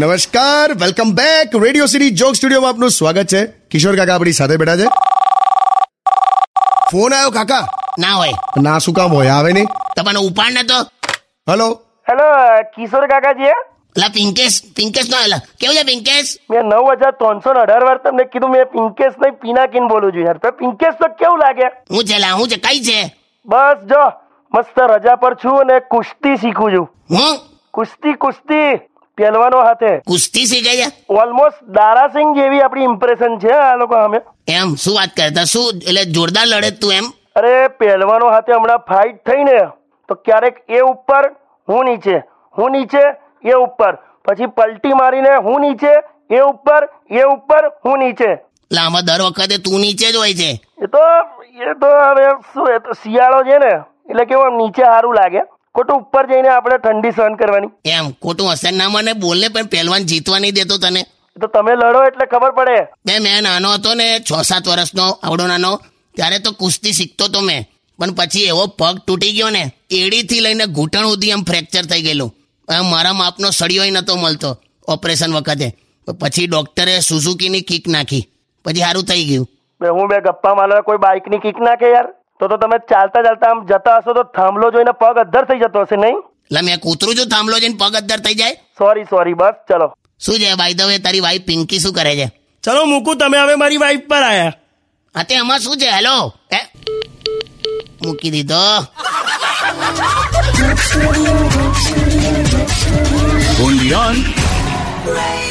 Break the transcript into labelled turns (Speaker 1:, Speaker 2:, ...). Speaker 1: નમસ્કાર welcome back radio city joke સ્ટુડિયોમાં આપનું સ્વાગત છે કિશોર કાકા આપણી સાથે બેઠા છે ફોન આવ્યો કાકા
Speaker 2: ના હોય
Speaker 1: ના શું કામ હોય આવે નહીં
Speaker 2: તમારો ઉપાડ નતો
Speaker 1: હલો
Speaker 3: હેલો કિશોર કાકાજી
Speaker 2: લા પિંકેશ પિંકેશ નો આલા કેવું છે પિંકેશ
Speaker 3: મેં નવ હજાર ત્રણસો ને અઢાર વાર તમને કીધું મેં પિંકેશ નહીં પિનાકીન બોલું છું યાર તો પિંકેશ તો કેવું લાગે
Speaker 2: હું છે લા હું છે કઈ છે
Speaker 3: બસ જો મસ્ત રજા પર છું અને કુસ્તી શીખું છું
Speaker 2: હું
Speaker 3: કુસ્તી કુસ્તી પહેલવાનો હાથે
Speaker 2: કુસ્તી શીખે છે
Speaker 3: ઓલમોસ્ટ દારાસિંહ જેવી આપણી ઇમ્પ્રેશન છે આ લોકો અમે
Speaker 2: એમ શું વાત કરતા શું એટલે જોરદાર લડે તું એમ
Speaker 3: અરે પહેલવાનો હાથે હમણાં ફાઇટ થઈ ને તો ક્યારેક એ ઉપર હું નીચે હું નીચે એ ઉપર પછી પલટી મારીને હું નીચે એ ઉપર એ ઉપર હું નીચે
Speaker 2: લા આમાં દર વખતે તું નીચે જ હોય છે
Speaker 3: એ તો એ તો હવે શું એ તો શિયાળો છે ને એટલે કેવું આમ નીચે સારું લાગે ખોટું ઉપર જઈને આપણે ઠંડી સહન કરવાની
Speaker 2: એમ ખોટું અસર ના મને બોલને પણ પહેલવાન જીતવા નહીં દેતો તને
Speaker 3: એ તો તમે લડો એટલે ખબર પડે
Speaker 2: બે મેં નાનો હતો ને છ સાત વર્ષનો આવડો નાનો ત્યારે તો કુસ્તી શીખતો તો મેં પણ પછી એવો પગ તૂટી ગયો ને એડીથી લઈને ઘૂંટણ સુધી આમ ફ્રેક્ચર થઈ ગયેલું હવે મારા માપનો સળિયોય નહોતો મળતો ઓપરેશન વખતે તો પછી ડોક્ટરે સુઝુકીની કિક નાખી પછી સારું થઈ ગયું
Speaker 3: બે હું બે ગપ્પા મારવા કોઈ બાઇકની કિક નાખે યાર તો તો તમે ચાલતા ચાલતા આમ જતા હશો તો થાંભલો જોઈને પગ અદ્ધર થઈ જતો હશે નહીં
Speaker 2: એટલે મેં કૂતરું જો થાંભલો જઈને પગ અદ્દર થઈ જાય
Speaker 3: સોરી સોરી બસ ચલો
Speaker 2: શું છે ભાઈ દવે તારી વાઈફ પિંકી શું કરે છે
Speaker 4: ચલો મૂકું તમે હવે મારી વાઈફ પર આયા
Speaker 2: હા તે આમાં શું છે હેલો હે મૂકી દીધો
Speaker 5: Undian.
Speaker 6: Radio